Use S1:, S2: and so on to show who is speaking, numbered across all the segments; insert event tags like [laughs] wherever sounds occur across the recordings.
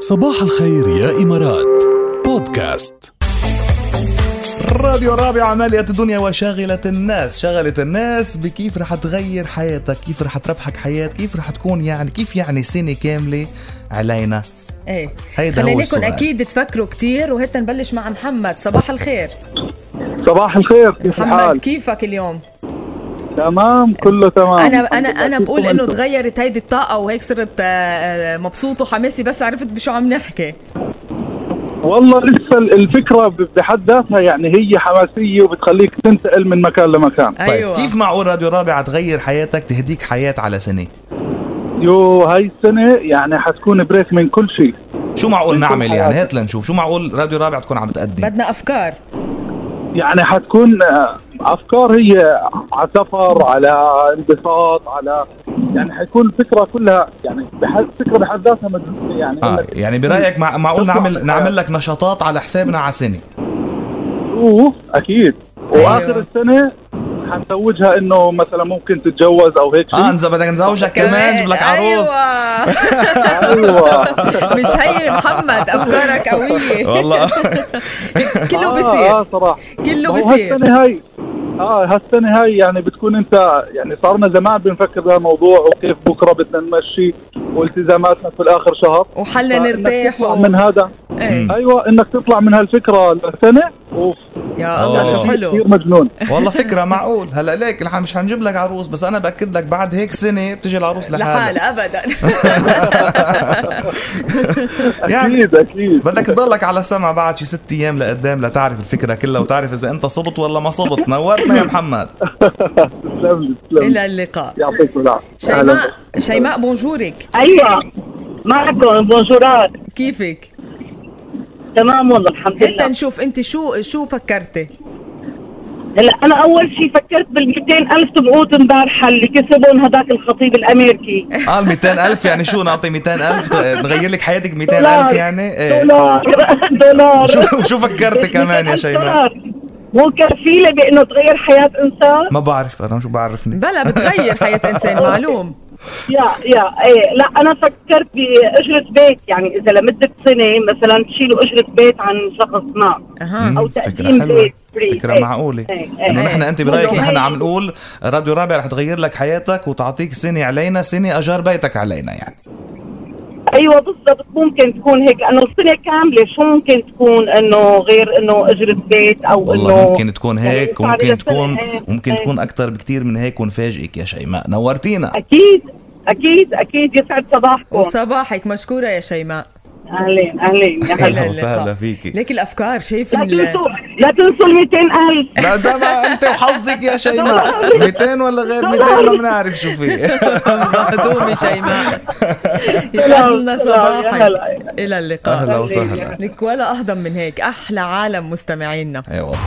S1: صباح الخير يا إمارات بودكاست
S2: راديو الرابع عملية الدنيا وشاغلة الناس شغلت الناس بكيف رح تغير حياتك كيف رح تربحك حياة كيف رح تكون يعني كيف يعني سنة كاملة علينا
S3: ايه
S2: هيدا هو
S3: خليناكم
S2: السؤال.
S3: اكيد تفكروا كتير وهتا نبلش مع محمد صباح الخير
S4: صباح الخير كيف
S3: محمد
S4: الحال؟
S3: كيفك اليوم
S4: تمام كله تمام
S3: انا انا انا
S4: كيفكم
S3: بقول انه
S4: أنتم؟
S3: تغيرت هيدي الطاقه وهيك صرت آه، آه، مبسوط وحماسي بس عرفت بشو عم نحكي
S4: والله لسه ال- الفكره ب- بحد ذاتها يعني هي حماسيه وبتخليك تنتقل من مكان لمكان
S2: طيب
S3: ايوه
S2: كيف معقول راديو الرابع تغير حياتك تهديك حياة على سنة
S4: يو هاي السنه يعني حتكون بريك من كل شيء
S2: شو معقول
S4: من كل
S2: نعمل يعني
S4: حياتي.
S2: هات لنشوف شو معقول راديو الرابع تكون عم تقدم
S3: بدنا افكار
S4: يعني حتكون آه، افكار هي على سفر على انبساط على يعني حيكون الفكره كلها يعني بحد فكره بحد ذاتها مدرسه يعني
S2: آه
S4: إنك
S2: يعني برأيك مع- معقول
S4: تطلع
S2: نعمل
S4: بالحياة.
S2: نعمل لك نشاطات على حسابنا على سنة
S4: تروح اكيد واخر
S3: أيوة.
S4: السنه حنزوجها انه مثلا ممكن تتجوز او هيك شيء
S2: اه إذا بدك نزوجك كمان جيب لك عروس
S3: ايوه
S4: ايوه
S3: [laughs] مش هي محمد افكارك قويه
S4: [laughs]
S2: والله
S3: كله
S4: آه،
S3: بصير
S4: اه صراحه
S3: كله
S4: ما هو
S3: بصير
S4: هالسنه هاي اه هالسنه هاي يعني بتكون انت يعني صارنا زمان بنفكر بهالموضوع وكيف بكره بدنا نمشي والتزاماتنا في الاخر شهر
S3: وحلنا
S4: فإنك
S3: نرتاح
S4: تطلع
S3: و...
S4: من هذا
S3: إيه.
S4: ايوه انك تطلع من هالفكره لسنه اوف
S3: يا الله
S2: آه.
S3: شو حلو [laughs]
S4: كثير مجنون
S2: والله فكرة معقول هلا ليك نحن مش حنجيب لك عروس بس أنا بأكد لك بعد هيك سنة بتجي العروس لحالها
S3: لحالها
S4: [laughs]
S3: ابدا
S2: يعني-
S4: اكيد اكيد
S2: بدك تضلك على السمع بعد شي ست ايام لقدام لتعرف الفكره كلها وتعرف اذا انت صبت ولا ما صبت نورتنا يا محمد
S4: [laughs] تسلم لي تسلم لي
S3: الى اللقاء
S4: يعطيكم العافيه
S3: شيماء شيماء بونجورك
S5: ايوه معكم بونجورات
S3: كيفك
S5: تمام والله الحمد
S3: هتا
S5: لله
S3: نشوف انت شو شو فكرتي
S5: هلا انا اول شيء فكرت بال 200 الف تبعوت امبارحه اللي كسبهم هذاك الخطيب الامريكي
S2: قال 200 الف يعني شو نعطي 200 الف تغير لك حياتك 200 الف يعني ايه [laughs]
S5: دولار دولار
S2: وشو- وشو فكرت كمان يا شيماء
S5: مو كفيله بانه تغير حياه انسان
S2: ما بعرف انا شو بعرفني
S3: بلا بتغير
S2: [laughs]
S3: حياة إنسان معلوم
S5: يا يا ايه لا انا فكرت باجره بيت يعني اذا لمده سنه مثلا تشيلوا اجره بيت عن شخص ما
S3: أها
S5: أو
S2: مم، فكره
S5: تقديم
S2: حلوه
S5: بيت فري.
S2: فكره
S5: إيه.
S2: معقوله
S5: إيه، إيه.
S2: انه نحن انت برايك
S5: إيه.
S2: نحن عم نقول راديو رابع رح تغير لك حياتك وتعطيك سنه علينا سنه اجار بيتك علينا يعني
S5: ايوه بالضبط ممكن تكون هيك لانه السنه كامله شو ممكن تكون انه غير انه اجره بيت او
S2: والله
S5: انه
S2: ممكن تكون هيك
S5: يعني
S2: وممكن
S5: صار
S2: تكون
S5: لسنة، إيه،
S2: ممكن
S5: إيه.
S2: تكون اكثر بكثير من هيك ونفاجئك يا شيماء نورتينا
S5: اكيد اكيد اكيد يسعد صباحكم
S3: وصباحك مشكورة يا شيماء
S5: اهلين اهلين
S3: [laughs]
S5: يا
S3: إلى
S5: هلا
S2: أهلا
S3: اللقاء.
S2: وسهلا فيكي.
S3: ليك الأفكار شايف
S5: لا
S3: ال- [laughs]
S5: تنسوا لا تنسوا ال 200000
S2: لا ده ما انت وحظك يا شيماء 200 ولا غير 200 ما بنعرف شو فيه
S3: دومي
S5: [laughs]
S3: شيماء يسعد لنا
S5: سلام، يا
S3: صباحك
S5: هلا.
S3: إلى اللقاء
S2: اهلا وسهلا
S3: لك ولا أهضم من هيك أحلى عالم مستمعينا
S2: اي والله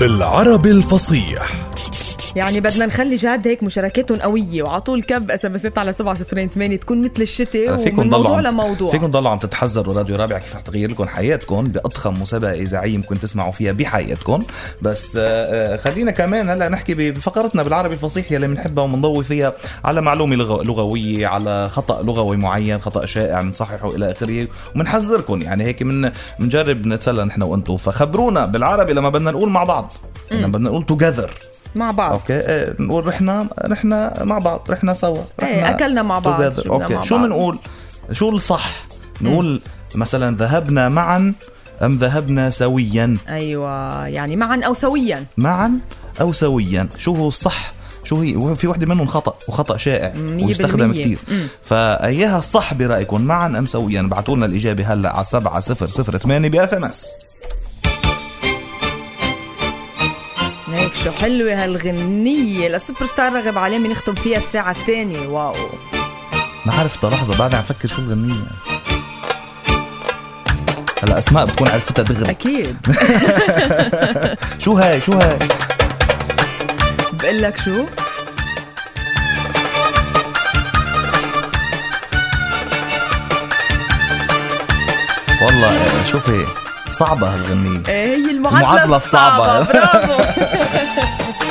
S1: بالعربي الفصيح
S3: يعني بدنا نخلي جاد هيك مشاركاتهم قوية وعطول كب اس ام اس على 708 تكون مثل الشتاء ومن
S2: آه، فيكم ضلوا
S3: موضوع
S2: عم-
S3: لموضوع
S2: فيكم ضلوا عم تتحذروا راديو رابع كيف رح تغير لكم حياتكم باضخم مسابقه اذاعيه يمكن تسمعوا فيها بحياتكم بس آه، آه، خلينا كمان هلا نحكي ب- بفقرتنا بالعربي الفصيح يلي بنحبها وبنضوي فيها على معلومه لغ- لغويه على خطا لغوي معين خطا شائع بنصححه الى اخره وبنحذركم يعني هيك من بنجرب نتسلى نحن وانتم فخبرونا بالعربي لما بدنا نقول مع بعض لما بدنا نقول توجذر
S3: مع بعض
S2: اوكي إيه، نقول رحنا رحنا مع بعض رحنا سوا
S3: إيه،
S2: رحنا
S3: أكلنا مع بعض،
S2: together.
S3: شربنا مع
S2: اوكي شو
S3: بعض.
S2: بنقول شو الصح نقول مثلا ذهبنا معا ام ذهبنا سويا
S3: أيوة يعني معا أو سويا
S2: معا او سويا شو هو الصح شو هي في وحده منهم خطا وخطا شائع
S3: مية
S2: ويستخدم
S3: بالمية.
S2: كثير
S3: مم.
S2: فاياها الصح برايكم معا ام سويا ابعتوا لنا الاجابه هلا على 7008 باس ام اس
S3: هيك شو حلوة هالغنية للسوبر ستار رغب علامة نختم فيها الساعة الثانية [laughs] واو
S2: ما عرفتها لحظه بعد عم فكر شو الغنيه هلا اسماء بكون عرفتها دغري
S3: أكيد
S2: شو هاي شو هاي
S3: بقول لك شو
S2: والله شوفي صعبة هالغنية
S3: إيه، هي المعادلة, [laughs]
S2: المعادلة
S3: الصعبة
S2: الصعبة.
S3: برافو